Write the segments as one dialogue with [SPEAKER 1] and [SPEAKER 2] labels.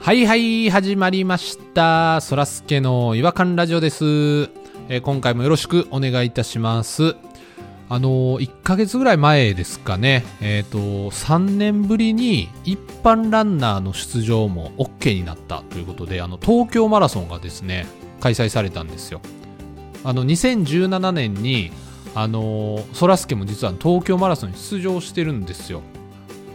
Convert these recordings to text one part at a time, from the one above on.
[SPEAKER 1] はいはい、始まりました。そらすけの違和感ラジオです、えー今回もよろしくお願いいたします。あのー、1ヶ月ぐらい前ですかね、えっ、と、3年ぶりに一般ランナーの出場も OK になったということで、あの、東京マラソンがですね、開催されたんですよ。あの、2017年に、あのー、そらすけも実は東京マラソンに出場してるんですよ。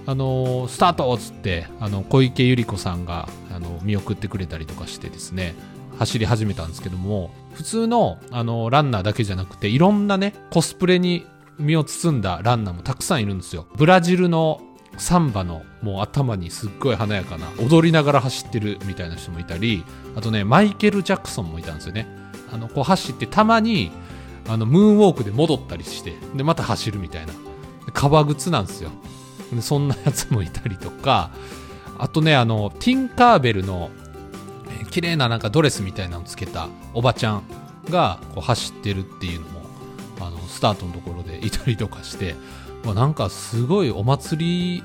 [SPEAKER 1] あのースタートっつってあの小池百合子さんがあの見送ってくれたりとかしてですね走り始めたんですけども普通のあのランナーだけじゃなくていろんなねコスプレに身を包んだランナーもたくさんいるんですよブラジルのサンバのもう頭にすっごい華やかな踊りながら走ってるみたいな人もいたりあとねマイケル・ジャクソンもいたんですよねあのこう走ってたまにあのムーンウォークで戻ったりしてでまた走るみたいなで革靴なんですよでそんなやつもいたりとか、あとね、あの、ティンカーベルの、えー綺麗ななんかドレスみたいなのつけたおばちゃんがこう走ってるっていうのも、あの、スタートのところでいたりとかして、まあ、なんかすごいお祭り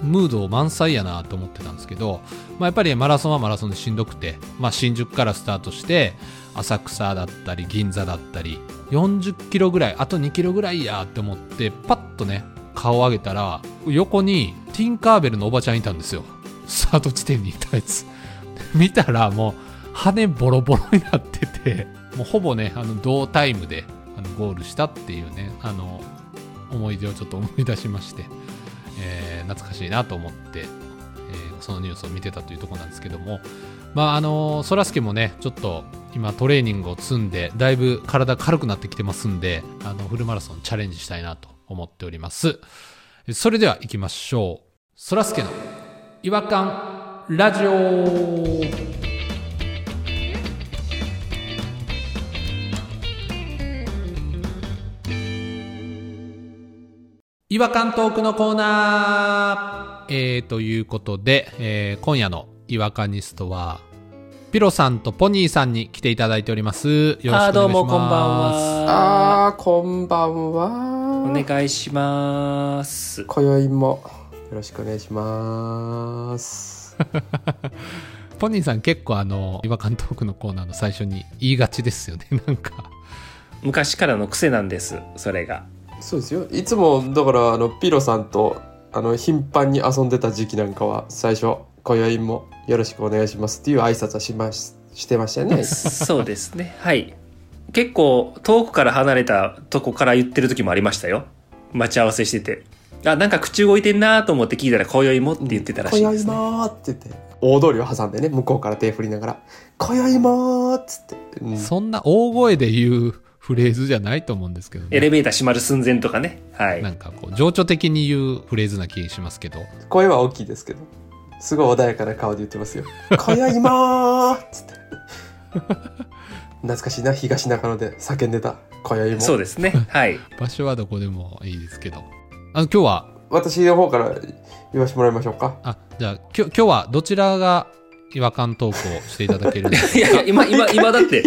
[SPEAKER 1] ムード満載やなと思ってたんですけど、まあ、やっぱりマラソンはマラソンでしんどくて、まあ、新宿からスタートして浅草だったり銀座だったり40キロぐらいあと2キロぐらいやって思ってパッとね顔を上げたら横にティンカーベルのおばちゃんいたんですよスタート地点にいたやつ見たらもう羽ボロボロになっててもうほぼねあの同タイムであのゴールしたっていうねあの思い出をちょっと思い出しまして、えー懐かしいなと思って、えーそのニュースを見てたというところなんですけどもまああのそらすけもねちょっと今トレーニングを積んでだいぶ体軽くなってきてますんであのフルマラソンチャレンジしたいなと思っておりますそれでは行きましょうそらすけの違和感ラジオ違和感トークのコーナー、えー、ということで、えー今夜の違和感ニストは、ピロさんとポニーさんに来ていただいております。よろしくお願いします。
[SPEAKER 2] あーどうもこんばんは。
[SPEAKER 3] あー、こんばんは。
[SPEAKER 2] お願いします。
[SPEAKER 3] 今宵もよろしくお願い します。
[SPEAKER 1] ポニーさん結構あの、違和感トークのコーナーの最初に言いがちですよね。 なんか、
[SPEAKER 2] 昔からの癖なんです、それ が。
[SPEAKER 3] そうですよ。いつもだからあのピロさんとあの頻繁に遊んでた時期なんかは最初今宵もよろしくお願いしますっていう挨拶はしまししてましたよ ね。
[SPEAKER 2] そうですね。はい。結構遠くから離れたとこから言ってる時もありましたよ。待ち合わせしてて。あ、なんか口動いてんなと思って聞いたら、今宵もって言ってたらしい
[SPEAKER 3] 今
[SPEAKER 2] で
[SPEAKER 3] 宵
[SPEAKER 2] す、ね。
[SPEAKER 3] もーって言って大通りを挟んでね向こうから手振りながら今宵もーっつって、うん
[SPEAKER 1] そんな大声で言うフレーズじゃないと思うんですけど
[SPEAKER 2] エレ
[SPEAKER 1] ね。
[SPEAKER 2] ベーター閉まる寸前とかね。はい
[SPEAKER 1] な。んかこう、情緒的に言うフレーズな気しますけど。
[SPEAKER 3] 声は大きいですけどすごい穏やかな顔で言ってますよ「今宵もー」っつって懐かしいな東中野で叫んでた「今宵も」
[SPEAKER 2] そうですね。はい。
[SPEAKER 1] 場所はどこでもいいですけど。あの、今日は、
[SPEAKER 3] 私の方から言わせてもらいましょうか
[SPEAKER 1] あ、じゃあ、きょ今日はどちらが違和感投稿 していただけるんです か
[SPEAKER 2] いやいや、今、今、今 だって、い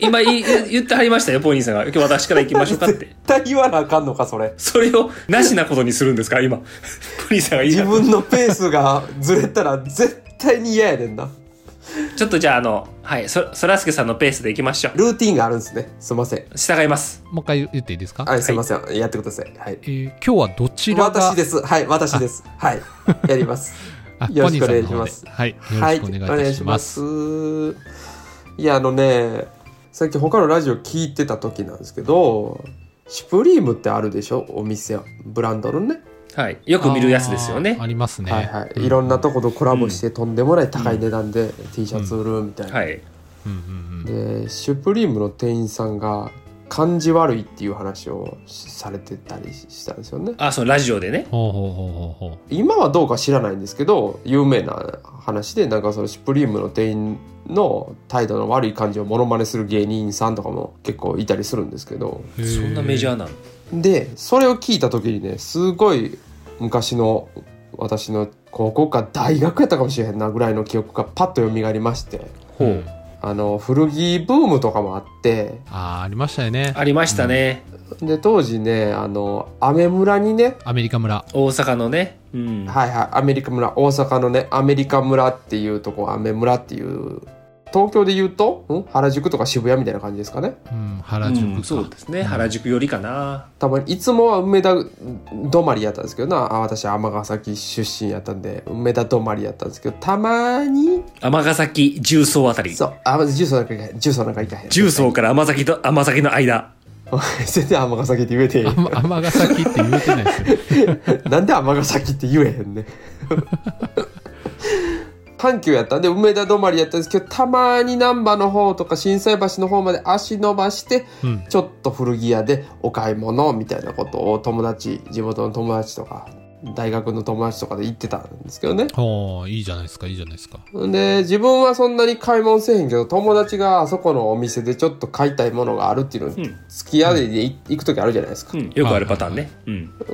[SPEAKER 2] 今い言ってはりましたよ、ポニーさんが。今日私から行きましょうかって
[SPEAKER 3] 絶。対言わなあかんのかそれ
[SPEAKER 2] それを、なしなことにするんですか、 今。ポニーさんが言い
[SPEAKER 3] 自分のペースがずれたら絶対に嫌やねんな
[SPEAKER 2] ちょっとじゃあ、あの、はい、そ、そらすけさんのペースで行きましょう。
[SPEAKER 3] ルーティンがあるんですねすいません
[SPEAKER 2] 従います。
[SPEAKER 1] もう一回言っていいですか
[SPEAKER 3] はいすいません、やってくださいはい
[SPEAKER 1] えー今日はどちらが
[SPEAKER 3] 私ですはい私ですはいやります
[SPEAKER 1] あ
[SPEAKER 3] よろしくお願い
[SPEAKER 1] ポニーさんの
[SPEAKER 3] し
[SPEAKER 1] 方で
[SPEAKER 3] ます
[SPEAKER 1] はい。よろ
[SPEAKER 3] はい、
[SPEAKER 1] しくお願いいたします。
[SPEAKER 3] お願いしますいやあのねさっき他のラジオ聞いてた時なんですけどシュプリームってあるでしょお店ブランドのね
[SPEAKER 2] はい。よく見るやつですよ
[SPEAKER 1] あーあ
[SPEAKER 2] ね。
[SPEAKER 1] りますね。
[SPEAKER 3] はいはい、
[SPEAKER 1] うん
[SPEAKER 3] いろんなとことコラボしてとんでもない高い値段で T シャツ売るみたいな、
[SPEAKER 2] はい。
[SPEAKER 1] うんうんうん。
[SPEAKER 3] でシュプリームの店員さんが感じ悪いっていう話をされてたりしたんですよね
[SPEAKER 2] あ、そのラジオでね。
[SPEAKER 1] ほうほうほうほうほ
[SPEAKER 3] 今はどうか知らないんですけど有名な話でなんかそのシュプリームの店員の態度の悪い感じをモノマネする芸人さんとかも結構いたりするんですけど
[SPEAKER 1] う。へ
[SPEAKER 2] そんなメジャー
[SPEAKER 1] ー。
[SPEAKER 2] なの。
[SPEAKER 3] でそれを聞いた時にねすごい昔の私の高校か大学やったかもしれへんなぐらいの記憶がパッと蘇りまして
[SPEAKER 1] ほう。
[SPEAKER 3] あの古着ブームとかもあって
[SPEAKER 1] ああありましたよね
[SPEAKER 2] ありましたね。
[SPEAKER 3] で当時ねあのアメ村にね
[SPEAKER 1] アメリカ村
[SPEAKER 2] 大阪のね。うん。
[SPEAKER 3] はいはいアメリカ村大阪のねアメリカ村っていうとこアメ村っていう東京で言うと、ん、原宿とか渋谷みたいな感じですかね
[SPEAKER 1] うん原宿か、
[SPEAKER 2] うんそうですね。原宿よりかな。
[SPEAKER 3] たまにいつもは梅田止まりやったんですけどなあ私尼崎出身やったんで梅田止まりやったんですけどたまに
[SPEAKER 2] 尼崎重曹あたり。
[SPEAKER 3] そうあ重曹なんかいかへん重曹なんかいかへん
[SPEAKER 2] 重曹から尼崎と尼崎の間。
[SPEAKER 3] 全然尼崎って言えてへん
[SPEAKER 1] あんま 尼崎って言えてないですよ
[SPEAKER 3] なんで尼崎って言えへんねん阪急やったんで梅田止まりやったんですけどたまに難波の方とか心斎橋の方まで足伸ばして
[SPEAKER 1] うん
[SPEAKER 3] ちょっと古着屋でお買い物みたいなことを友達地元の友達とか大学の友達とかで行ってたんですけどね
[SPEAKER 1] ほういいじゃないですかいいじゃないですか
[SPEAKER 3] で自分はそんなに買い物せえへんけど友達があそこのお店でちょっと買いたいものがあるっていうの
[SPEAKER 2] うん
[SPEAKER 3] に付き合いでい行く時あるじゃないですか
[SPEAKER 2] う、ん。よくあるパターンね。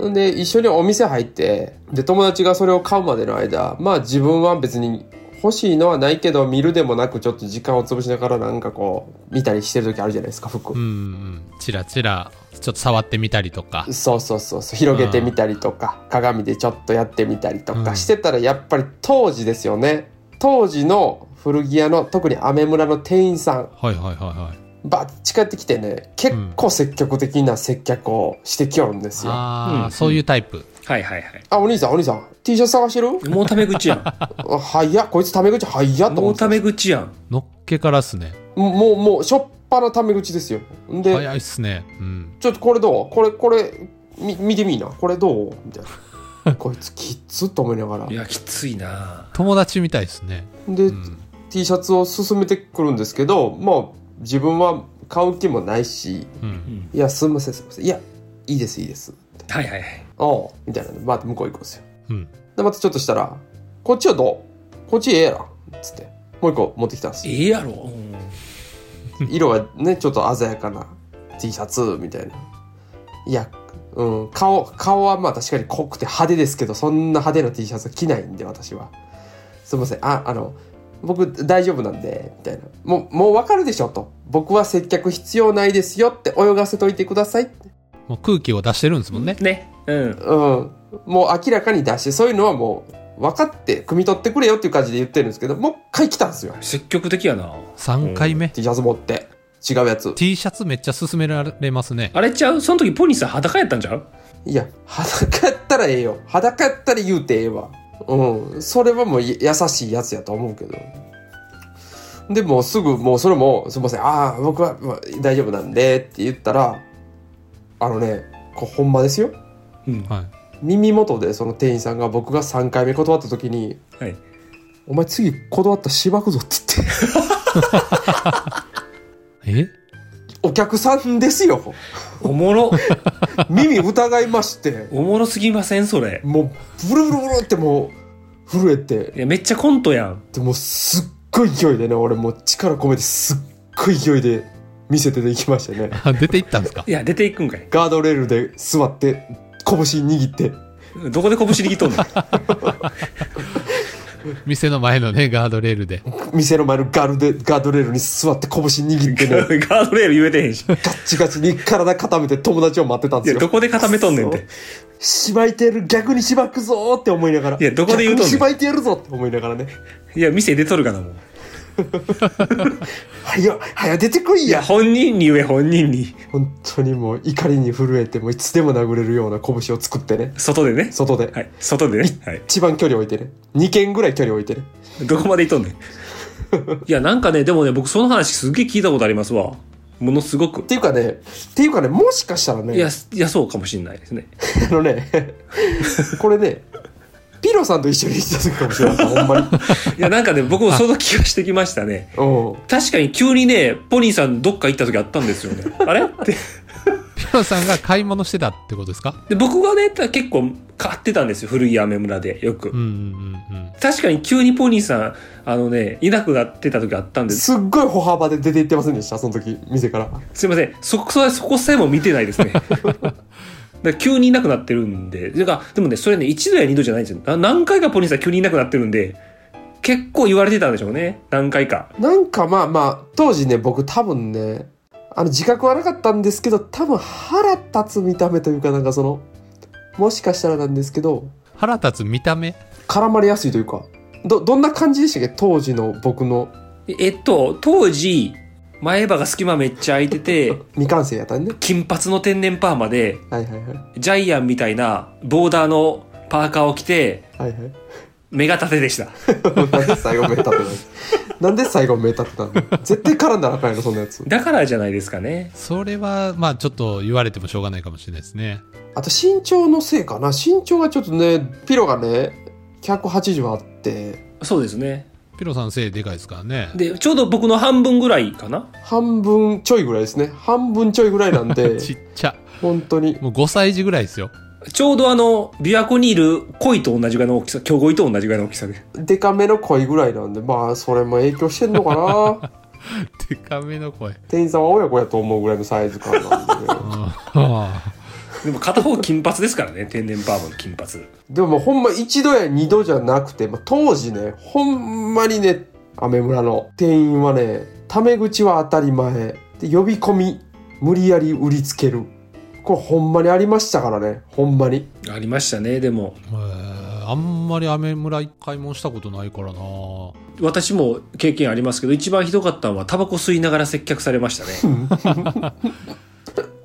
[SPEAKER 2] うん。
[SPEAKER 3] で一緒にお店入ってで友達がそれを買うまでの間まあ自分は別に欲しいのはないけど見るでもなくちょっと時間を潰しながらなんかこう見たりしてる時あるじゃないですか服、
[SPEAKER 1] うんうんチラチラちょっと触ってみたりとか
[SPEAKER 3] そうそうそうそう広げてみたりとか鏡でちょっとやってみたりと
[SPEAKER 1] うん
[SPEAKER 3] かしてたらやっぱり当時ですよね当時の古着屋の特にアメ村の店員さん
[SPEAKER 1] はいはいはいはい
[SPEAKER 3] バッ近寄ってきてね結構積極的な接客をしてきよるんですよ、
[SPEAKER 1] ああ、
[SPEAKER 2] うん
[SPEAKER 1] そういうタイプ
[SPEAKER 2] はいはいはい。
[SPEAKER 3] あお兄さんお兄さん T シャツ探してる
[SPEAKER 2] もうタメ口 やん。
[SPEAKER 3] あ早っこいつタメ口早っと
[SPEAKER 2] も
[SPEAKER 3] 思っ
[SPEAKER 2] う
[SPEAKER 3] てた
[SPEAKER 2] タメ口やん。
[SPEAKER 1] のっけからっすね
[SPEAKER 3] もうもうもうしょっぱなタメ口ですよんで、
[SPEAKER 1] 早いっすねうん
[SPEAKER 3] ちょっとこれどうこれこれみ見てみいなこれどうみたい なこいつきっつと思いながら
[SPEAKER 2] いや、きついな。
[SPEAKER 1] 友達みたいですね
[SPEAKER 3] で、
[SPEAKER 1] うん
[SPEAKER 3] T シャツを勧めてくるんですけどまあ自分は買う気もないし
[SPEAKER 1] う
[SPEAKER 2] うんん。
[SPEAKER 3] いやすみませんすみませんいやいいですいいです
[SPEAKER 2] はいはいはい。
[SPEAKER 3] ああみたいなんでまた向こう行くんですよ
[SPEAKER 1] うん
[SPEAKER 3] でまたちょっとしたらこっちはどうこっちええやろっつってもう一個持ってきたんですよ
[SPEAKER 2] ええやろ。うん
[SPEAKER 3] 色はねちょっと鮮やかな T シャツみたいないや、うん、顔顔はまあ確かに濃くて派手ですけどそんな派手な T シャツは着ないんで私はすいませんああの僕大丈夫なんでみたいなもうもう分かるでしょと僕は接客必要ないですよって泳がせといてくださいって
[SPEAKER 1] もう空気を出してるんですもんね
[SPEAKER 2] ね。うん。
[SPEAKER 3] うんもう明らかに出してそういうのはもう分かって汲み取ってくれよっていう感じで言ってるんですけどもう一回来たんですよ
[SPEAKER 2] 積極的やな。
[SPEAKER 1] 3回目
[SPEAKER 3] T シャツ持って違うやつ
[SPEAKER 1] T シャツめっちゃ勧められますね
[SPEAKER 2] あれちゃうその時ポニーさん裸やったんちゃう
[SPEAKER 3] いや、裸やったらええよ。裸やったら言うてええわ。うん。それはもうい優しいやつやと思うけど。で、もうすぐ、もうそれも、すいません、ああ、僕は、まあ大丈夫なんでって言ったら、あのね、これほんまですよ。
[SPEAKER 2] うん。
[SPEAKER 1] はい
[SPEAKER 3] 耳元でその店員さんが僕が3回目断った時に、
[SPEAKER 2] はい。
[SPEAKER 3] お前次断ったらしばくぞって言って、
[SPEAKER 1] え
[SPEAKER 3] お客さんですよ。
[SPEAKER 2] おもろ。
[SPEAKER 3] 耳疑いまして、
[SPEAKER 2] おもろすぎませんそれ。
[SPEAKER 3] もう、ブルブルブルってもう、震えて、
[SPEAKER 2] いや、めっちゃコントやん。
[SPEAKER 3] でもうすっごい勢いでね俺もう力込めてすっごい勢いで見せてできましたね
[SPEAKER 1] あ出て行ったんですか
[SPEAKER 2] いや、出ていくんかい。
[SPEAKER 3] ガードレールで座って拳握って
[SPEAKER 2] どこで拳握っとんの
[SPEAKER 1] 店の前のねガードレールで
[SPEAKER 3] 店の前のガードでガードレールに座って拳握ってね
[SPEAKER 2] ガードレール言えてへ んし。い
[SPEAKER 3] ガッチガチに体固めて友達を待ってたんです
[SPEAKER 2] や、
[SPEAKER 3] よ
[SPEAKER 2] どこで固めとんねんって。
[SPEAKER 3] しばいてやる逆にしばくぞーって思いながら
[SPEAKER 2] いやどこで言うとんねん
[SPEAKER 3] しばいてやるぞって思いながらね
[SPEAKER 2] いや、店出とるかな、もう。
[SPEAKER 3] はやはや出てこい
[SPEAKER 2] いや、
[SPEAKER 3] や
[SPEAKER 2] 本人に言え、本人に。
[SPEAKER 3] 本当にもう怒りに震えてもういつでも殴れるような拳を作ってね
[SPEAKER 2] 外でね。
[SPEAKER 3] 外で
[SPEAKER 2] はい。外でね。はい。
[SPEAKER 3] 一番距離置いてね2軒ぐらい距離置いてね
[SPEAKER 2] どこまで行っとんね ん。いや、なんかね、でもね、僕その話すっげえ聞いたことありますわ。ものすごく
[SPEAKER 3] っ。ていうかね、っていうかね、もしかしたらね、
[SPEAKER 2] いや、いや、そうかもしれないですね。
[SPEAKER 3] あのね、 これね、ピロさんと一緒に行ってた時かもしれない。ほ んまに。
[SPEAKER 2] いや、なんかね、僕もその気がしてきましたね。
[SPEAKER 3] うん。
[SPEAKER 2] 確かに急にね、ポニーさんどっか行った時あったんです よね。あれって。
[SPEAKER 1] ピロさんが買い物してたってことですか
[SPEAKER 2] で、僕がね、た結構買ってたんですよ。古着屋目村で、よく
[SPEAKER 1] うん。うんうんうん
[SPEAKER 2] 確かに急にポニーさん、あのね、いなくなってた時あったんです。
[SPEAKER 3] すっごい歩幅で出て行ってませんでした、その時、店から。
[SPEAKER 2] すいません。そこ、そそこさえも見てないです ね。だから急にいなくなってるんで。てかでもね、それね、一度や二度じゃないんですよ。な何回かポニーさん急にいなくなってるんで、結構言われてたんでしょうね。何回か。
[SPEAKER 3] なんかまあまあ、当時ね、僕多分ね、あの自覚はなかったんですけど、多分腹立つ見た目というか、なんかその、もしかしたらなんですけど、
[SPEAKER 1] 腹立つ見た目
[SPEAKER 3] 絡まれやすいというか、ど、どんな感じでしたっけ当時の僕の
[SPEAKER 2] えっと、当時、前歯が隙間めっちゃ空いてて、
[SPEAKER 3] 未完成やったんね。
[SPEAKER 2] 金髪の天然パーマで、
[SPEAKER 3] はいはいはい。
[SPEAKER 2] ジャイアンみたいなボーダーのパーカーを着て、
[SPEAKER 3] はいはい。
[SPEAKER 2] 目が縦でした。
[SPEAKER 3] なんで最後目立てないなんで最後目立ってたの絶対絡んだらあかんやろ、そんなやつ。
[SPEAKER 2] だからじゃないですかね。
[SPEAKER 1] それはまあちょっと言われてもしょうがないかもしれないですね
[SPEAKER 3] あと身長のせいかな。身長がちょっとね、ピロがね、180あって、
[SPEAKER 2] そうですね。
[SPEAKER 1] ピロさん背でかいですからね
[SPEAKER 2] で、ちょうど僕の半分ぐらいかな。
[SPEAKER 3] 半分ちょいぐらいですね。半分ちょいぐらいなん で、
[SPEAKER 1] ちっちゃ
[SPEAKER 3] 本当に。
[SPEAKER 1] もう5歳児ぐらいですよ
[SPEAKER 2] ちょうどあの、琵琶湖にいる鯉と同じぐらいの大きさ、巨鯉と同じぐらいの大きさで。
[SPEAKER 3] デカめの恋ぐらいなんで、まあ、それも影響してんのかな
[SPEAKER 1] でかめの 声
[SPEAKER 3] 店員さんは親子やと思うぐらいのサイズ感なんで、ね。
[SPEAKER 1] あ
[SPEAKER 2] でも片方金髪ですからね、天然パーマの金髪。
[SPEAKER 3] でももうほんま一度や二度じゃなくて、まあ、当時ね、ほんまにね、アメ村の店員はね、タメ口は当たり前。で、呼び込み、無理やり売りつける。これほんまにありましたからね、ほんまに。
[SPEAKER 2] ありましたね、でも。
[SPEAKER 1] ーへーあんまりアメ村買い物したことないからな
[SPEAKER 2] 私も経験ありますけど、一番ひどかったのはタバコ吸いながら接客されましたね。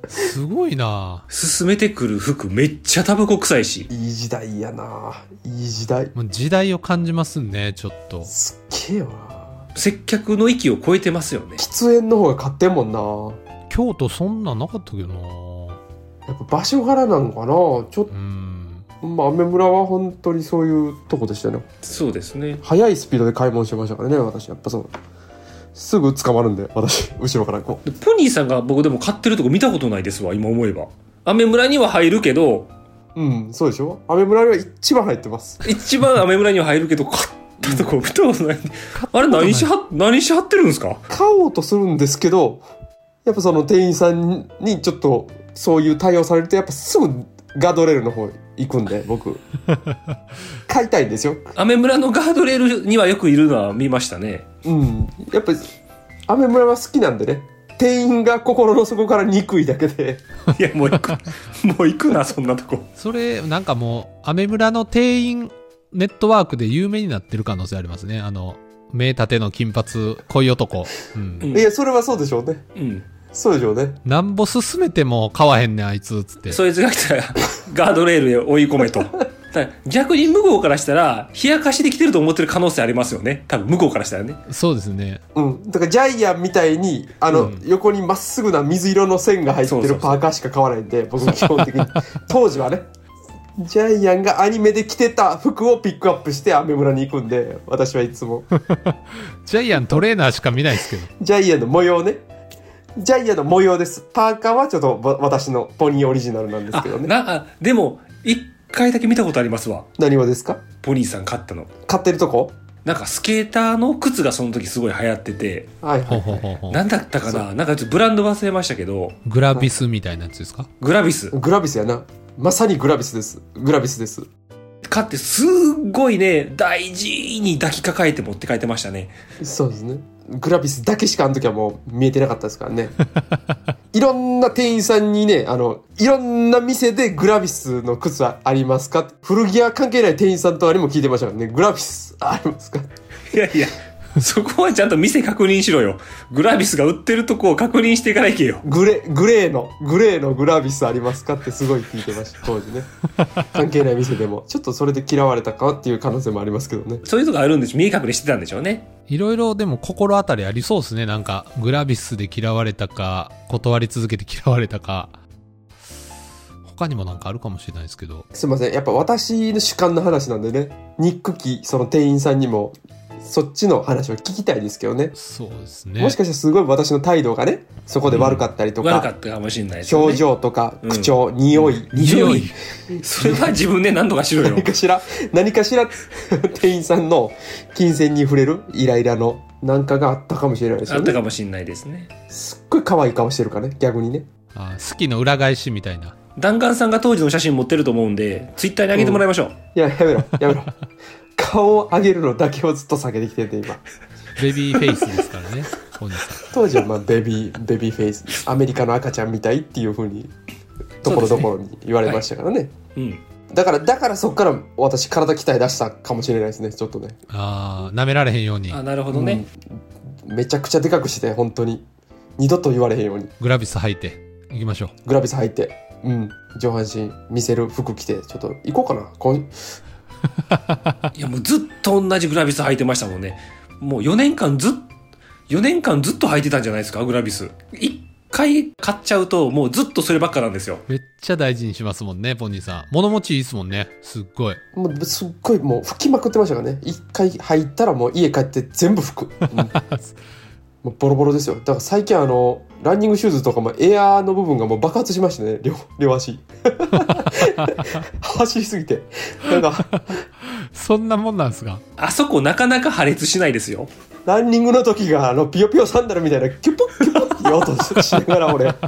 [SPEAKER 1] すごいな
[SPEAKER 2] 勧めてくる服めっちゃタバコ臭いし。
[SPEAKER 3] いい時代やないい時代。
[SPEAKER 1] もう時代を感じますねちょっと
[SPEAKER 3] すっげえよな
[SPEAKER 2] 接客の域を超えてますよね。
[SPEAKER 3] 喫煙の方が勝ってんもん
[SPEAKER 1] 京都そんなんなかったけどな
[SPEAKER 3] なやっぱ場所柄なのかなちょっ
[SPEAKER 1] うん
[SPEAKER 3] と、まあ、アメ村は本当にそういうとこでしたね。
[SPEAKER 2] そうですね。
[SPEAKER 3] 速いスピードで買い物してましたからね、私。やっぱそう。すぐ捕まるんで、私。後ろからこう。
[SPEAKER 2] でポニーさんが僕でも買ってるとこ見たことないですわ、今思えば。アメ村には入るけど、
[SPEAKER 3] うん、そうでしょアメ村が一番入ってます。
[SPEAKER 2] 一番アメ村には入るけど、買ったとこ見たことない。あれ何しは、何しはってるんですか
[SPEAKER 3] 買おうとするんですけど、やっぱその店員さんにちょっとそういう対応されると、やっぱすぐガードレールの方行くんで、 僕。買いたいんですよ。
[SPEAKER 2] アメ村のガードレールにはよくいるのは見ました ね。
[SPEAKER 3] うん。やっぱ、アメ村は好きなんでね。店員が心の底から憎いだけで。
[SPEAKER 2] いや、もう行く、もう行くな、そんなとこ。
[SPEAKER 1] それなんかもうアメ村の定員ネットワークで有名になってる可能性ありますねあの名立ての金髪恋男、うん
[SPEAKER 2] うん
[SPEAKER 3] いや、それはそうでしょうね。
[SPEAKER 2] うん。
[SPEAKER 3] そうでしょうね。
[SPEAKER 1] なんぼ進めても買わへんねんあいつつって
[SPEAKER 2] そいつが来たら、ガードレールへ追い込めと。だから逆に向こうからしたら、冷やかしで来てると思ってる可能性ありますよね。多分、向こうからしたらね。
[SPEAKER 1] そうですね
[SPEAKER 3] うん。だからジャイアンみたいに、あの、
[SPEAKER 1] うん
[SPEAKER 3] 横にまっすぐな水色の線が入って
[SPEAKER 2] そうそうそ
[SPEAKER 3] る
[SPEAKER 2] う
[SPEAKER 3] パーカーしか買わないんで、僕基本 的に。当時はね。ジャイアンがアニメで着てた服をピックアップしてアメ村に行くんで、私はいつも。
[SPEAKER 1] ジャイアントレーナーしか見ないですけど
[SPEAKER 3] ジャイアンの模様ね。ジャイアンの模様です。パーカーはちょっとわ私のポニーオリジナルなんです
[SPEAKER 2] あ
[SPEAKER 3] けど、ね。
[SPEAKER 2] な、あでも、一回だけ見たことありますわ。
[SPEAKER 3] 何をですか
[SPEAKER 2] ポニーさん買ったの。
[SPEAKER 3] 買ってるとこ
[SPEAKER 2] なんかスケーターの靴がその時すごい流行ってて、
[SPEAKER 3] はいは
[SPEAKER 1] ほほ
[SPEAKER 3] いうは
[SPEAKER 1] う
[SPEAKER 3] い。
[SPEAKER 1] ほうほう
[SPEAKER 2] なんだったかななんかちょっとブランド忘れましたけど、
[SPEAKER 1] グラビスみたいなやつですか
[SPEAKER 2] グラビス。
[SPEAKER 3] グラビスやな。まさにグラビスです。グラビスです。
[SPEAKER 2] 買ってすっごいね、大事に抱きかかえて持って帰ってましたね。
[SPEAKER 3] そうですね。グラビスだけしかあの時はもう見えてなかったですからね。いろんな店員さんにね、あの、いろんな店でグラビスの靴はありますか古着屋関係ない店員さんとあれも聞いてましたからね。グラビスありますか
[SPEAKER 2] いやいや、そこはちゃんと店確認しろよ。グラビスが売ってるとこを確認してから行けよ。
[SPEAKER 3] グレ、グレーの、グレーのグラビスありますかってすごい聞いてました、当時ね。関係ない店でも。ちょっとそれで嫌われたかっていう可能性もありますけどね。
[SPEAKER 2] そういうとこあるんでしょ見え隠れしてたんでしょうね。
[SPEAKER 1] いろいろでも心当たりありそうですねなんかグラビスで嫌われたか断り続けて嫌われたか他にもなんかあるかもしれないですけど
[SPEAKER 3] すいません。やっぱ私の主観の話なんでね。ニックキその店員さんにも、そっちの話を聞きたいですけどね。
[SPEAKER 1] そうですね
[SPEAKER 3] もしかしたらすごい私の態度がね、そこで悪かったりと
[SPEAKER 2] 悪か
[SPEAKER 3] か、
[SPEAKER 2] ったかもしれないですよね。
[SPEAKER 3] 表情とか、
[SPEAKER 2] うん
[SPEAKER 3] 口調、匂い、
[SPEAKER 2] 匂い
[SPEAKER 1] 匂い
[SPEAKER 2] それは自分で何とかしろ よ
[SPEAKER 3] 何。かしら、何かしら、 店員さんの金銭に触れるイライラのなんかがあったかもしれないです
[SPEAKER 2] あ
[SPEAKER 3] よ
[SPEAKER 2] った
[SPEAKER 3] ね。
[SPEAKER 2] かもしれないですね。
[SPEAKER 3] すっごい可愛い顔してるからね、逆にね。
[SPEAKER 1] あ好きの裏返しみたいな
[SPEAKER 2] 弾丸さんが当時の写真持ってると思うんで、ツイッターに上げてもらいましょう。
[SPEAKER 3] いや、やめろ、やめろ。 顔を上げるのだけをずっと下げてきてて、今。
[SPEAKER 1] ベビーフェイスですから ね、本人さん。
[SPEAKER 3] 当時はまあベビー、ベビーフェイス、アメリカの赤ちゃんみたいっていうふうに、ところどころに言われましたからね。
[SPEAKER 2] うん。
[SPEAKER 3] だから、だからそっから私体鍛え出したかもしれないですね、ちょっとね。
[SPEAKER 1] ああ、舐められへんように、
[SPEAKER 2] あ、なるほどね。
[SPEAKER 3] めちゃくちゃでかくして、本当に。二度と言われへんように。
[SPEAKER 1] グラビス履いて、行きましょう。
[SPEAKER 3] グラビス履いて、うん、上半身見せる服着て、ちょっと行こうかな。こん
[SPEAKER 2] いや、もうずっと同じグラビス履いてましたもんね。もう4年間ずっ、4年間ずっと履いてたんじゃないですか、グラビス。一回買っちゃうと、もうずっとそればっかなんですよ。
[SPEAKER 1] めっちゃ大事にしますもんね、ポニーさん。物持ちいいですもんね、すっごい。
[SPEAKER 3] もうすっごいもう拭きまくってましたからね。一回入ったらもう家帰って全部拭く。うん もうボロボロですよ。だから最近あの、ランニングシューズとかもエアーの部分がもう爆発しましたね。両、両足。 走りすぎて。なんか、
[SPEAKER 1] そんなもんなんですか
[SPEAKER 2] あそこなかなか破裂しないですよ。
[SPEAKER 3] ランニングの時があの、ピヨピヨサンダルみたいな、キュポッキュポッって音 しながら俺、あ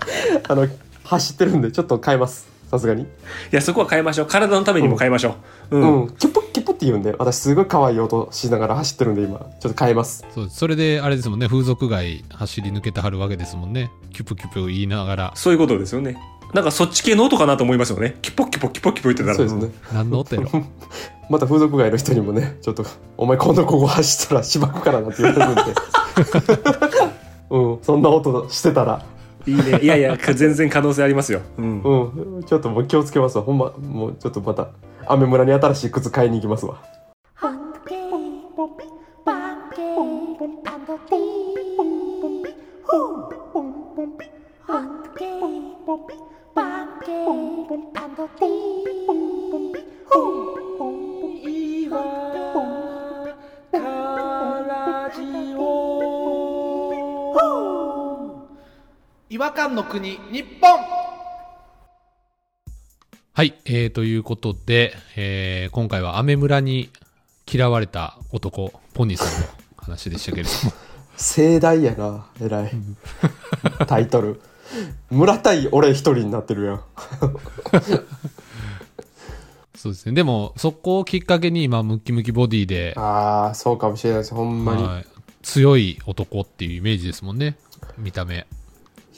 [SPEAKER 3] の、走ってるんで、ちょっと変えます。さすがに。
[SPEAKER 2] いや、そこは変えましょう。体のためにも変えましょう。うん。
[SPEAKER 3] うん、キュポッキュポって言うんで、私すごい可愛い音しながら走ってるんで今、ちょっと変えます。
[SPEAKER 1] そうそれで、あれですもんね、風俗街走り抜けてはるわけですもんね。キュプキュプ言いながら、
[SPEAKER 2] そういうことですよね。なんかそっち系の音かなと思いますよね。キュポッキュポッキュポッキュポッ言ってたら。
[SPEAKER 3] そうですね。
[SPEAKER 1] 何の音 やろ。
[SPEAKER 3] また風俗街の人にもね、ちょっと、お前今度ここ走ったらしばくからなって言 われるんで。うん、そんな音してたら、
[SPEAKER 2] いいね。いやいや、全然可能性ありますよ。うん。
[SPEAKER 3] うん、ちょっともう気をつけますわ。ほんま、もうちょっとまた、雨村に新しい靴買いに行きますわ。
[SPEAKER 4] Hunky,
[SPEAKER 5] 違和感の国日本
[SPEAKER 1] はい、えー、ということで、えー、今回は雨村に嫌われた男、ポニーさんの話でしたけれども。
[SPEAKER 3] 盛大やな、えらい。タイトル。村対俺一人になってるやん。
[SPEAKER 1] そうですね。でも、そこをきっかけに今、ムッキムキボディで、
[SPEAKER 3] ああ、そうかもしれないです。ほんまに。
[SPEAKER 1] はい強い男っていうイメージですもんね。見た目。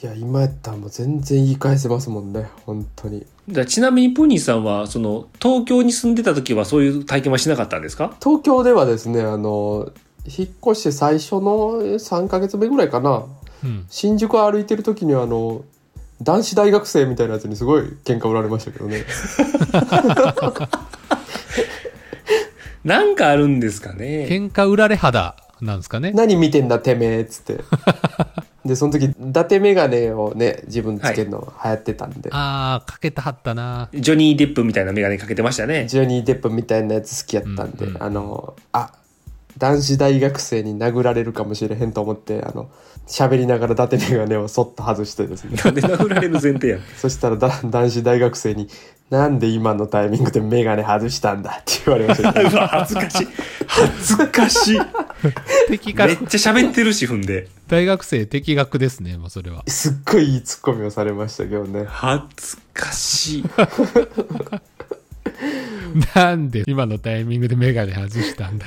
[SPEAKER 3] いや、今やったらもう全然言い返せますもんね。本当に。
[SPEAKER 2] じゃあちなみにポニーさんは、その、東京に住んでた時はそういう体験はしなかったんですか
[SPEAKER 3] 東京ではですね、あの、引っ越して最初の3ヶ月目ぐらいかな。
[SPEAKER 1] うん。
[SPEAKER 3] 新宿を歩いてる時にあの、男子大学生みたいなやつにすごい喧嘩売られましたけどね。
[SPEAKER 2] なんかあるんですかね。
[SPEAKER 1] 喧嘩売られ肌なんですかね。
[SPEAKER 3] 何見てんだてめえっつって。で、その時、伊達メガネをね、自分つけるの流行ってたんで。
[SPEAKER 1] あー、かけたはったな。
[SPEAKER 2] ジョニー・デップみたいなメガネかけてましたね。
[SPEAKER 3] ジョニー・デップみたいなやつ好きやったんで、
[SPEAKER 1] うんうん
[SPEAKER 3] あのあ男子大学生に殴られるかもしれへんと思ってあの喋りながら伊達眼鏡をそっと外してですね
[SPEAKER 2] なんで殴られる前提やん。
[SPEAKER 3] そしたらだ男子大学生に「なんで今のタイミングで眼鏡外したんだ」って言われ ましたけ ど
[SPEAKER 2] うわ、恥ずかしい。恥ずかしい。めっ
[SPEAKER 1] 敵
[SPEAKER 2] ちゃ
[SPEAKER 1] が、
[SPEAKER 2] 喋ってるし、踏んで。
[SPEAKER 1] 大学生敵学ですね、もうそれは。
[SPEAKER 3] すっごいいいツッコミをされましたけどね
[SPEAKER 2] 恥ずかしい。
[SPEAKER 1] なんで今のタイミングでメガネ外した んだ。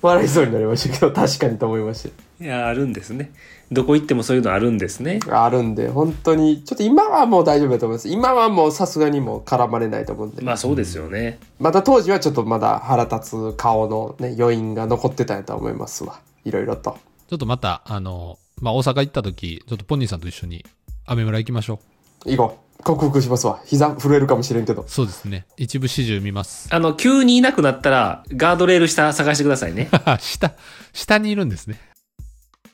[SPEAKER 3] 笑いそうになりましたけど確かにと思いました
[SPEAKER 2] いや、あるんですね。どこ行ってもそういうのあるんですね。
[SPEAKER 3] あるんで本当にちょっと今はもう大丈夫だと思います今はもうさすがにもう絡まれないと思うんで
[SPEAKER 2] まあそうですよね。
[SPEAKER 3] また当時はちょっとまだ腹立つ顔のね、余韻が残ってたんやと思いますわ。いろいろと。
[SPEAKER 1] ちょっとまた、あの、まあ、大阪行った時、ちょっとポニーさんと一緒に、雨村行きましょ
[SPEAKER 3] 以後、克服しますわ。膝震えるかもしれんけど
[SPEAKER 1] う。。そうですね。一部始終見ます。
[SPEAKER 2] あの、急にいなくなったら、ガードレール下探してくださいね。
[SPEAKER 1] 下、下にいるんですね。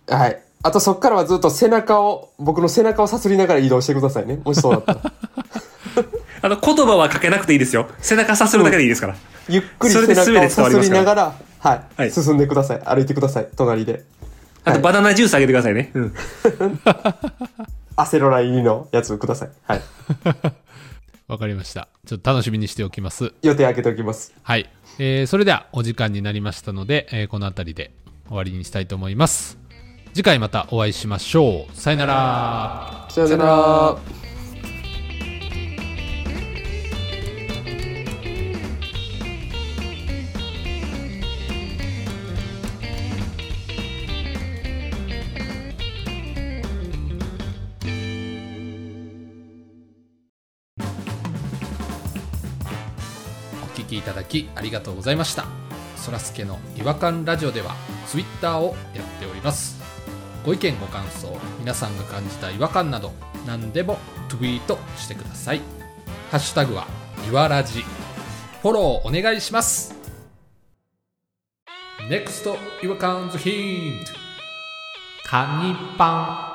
[SPEAKER 3] はい。あとそっからはずっと背中を、僕の背中をさすりながら移動してくださいね。もしそうだった ら。
[SPEAKER 2] あの、言葉はかけなくていいですよ。背中さするだけでいいですから。
[SPEAKER 3] ゆっくり
[SPEAKER 2] それ
[SPEAKER 3] 背
[SPEAKER 2] で
[SPEAKER 3] 中をさすりながら、
[SPEAKER 2] ら
[SPEAKER 3] はい、
[SPEAKER 2] はい
[SPEAKER 3] 進んでください。歩いてください。隣で。
[SPEAKER 2] あ
[SPEAKER 3] は
[SPEAKER 2] と、
[SPEAKER 3] い
[SPEAKER 2] バナナジュースあげてくださいね。うん。
[SPEAKER 3] アセロラ入りのやつください。はい。
[SPEAKER 1] わかりました。ちょっと楽しみにしておきます。
[SPEAKER 3] 予定開けておきます。
[SPEAKER 1] はい。えー、それではお時間になりましたので、えーこの辺りで終わりにしたいと思います。次回またお会いしましょう。さよなら。
[SPEAKER 3] さよなら。
[SPEAKER 4] 「
[SPEAKER 1] きいただきありがとうございましたそらすけの違和感ラジオではツイッターをやっておりますご意見ご感想皆さんが感じた違和感など何でもツイートしてくださいハッシュタグはいわらじフォローお願いします NEXT 違和感ズヒントカニパン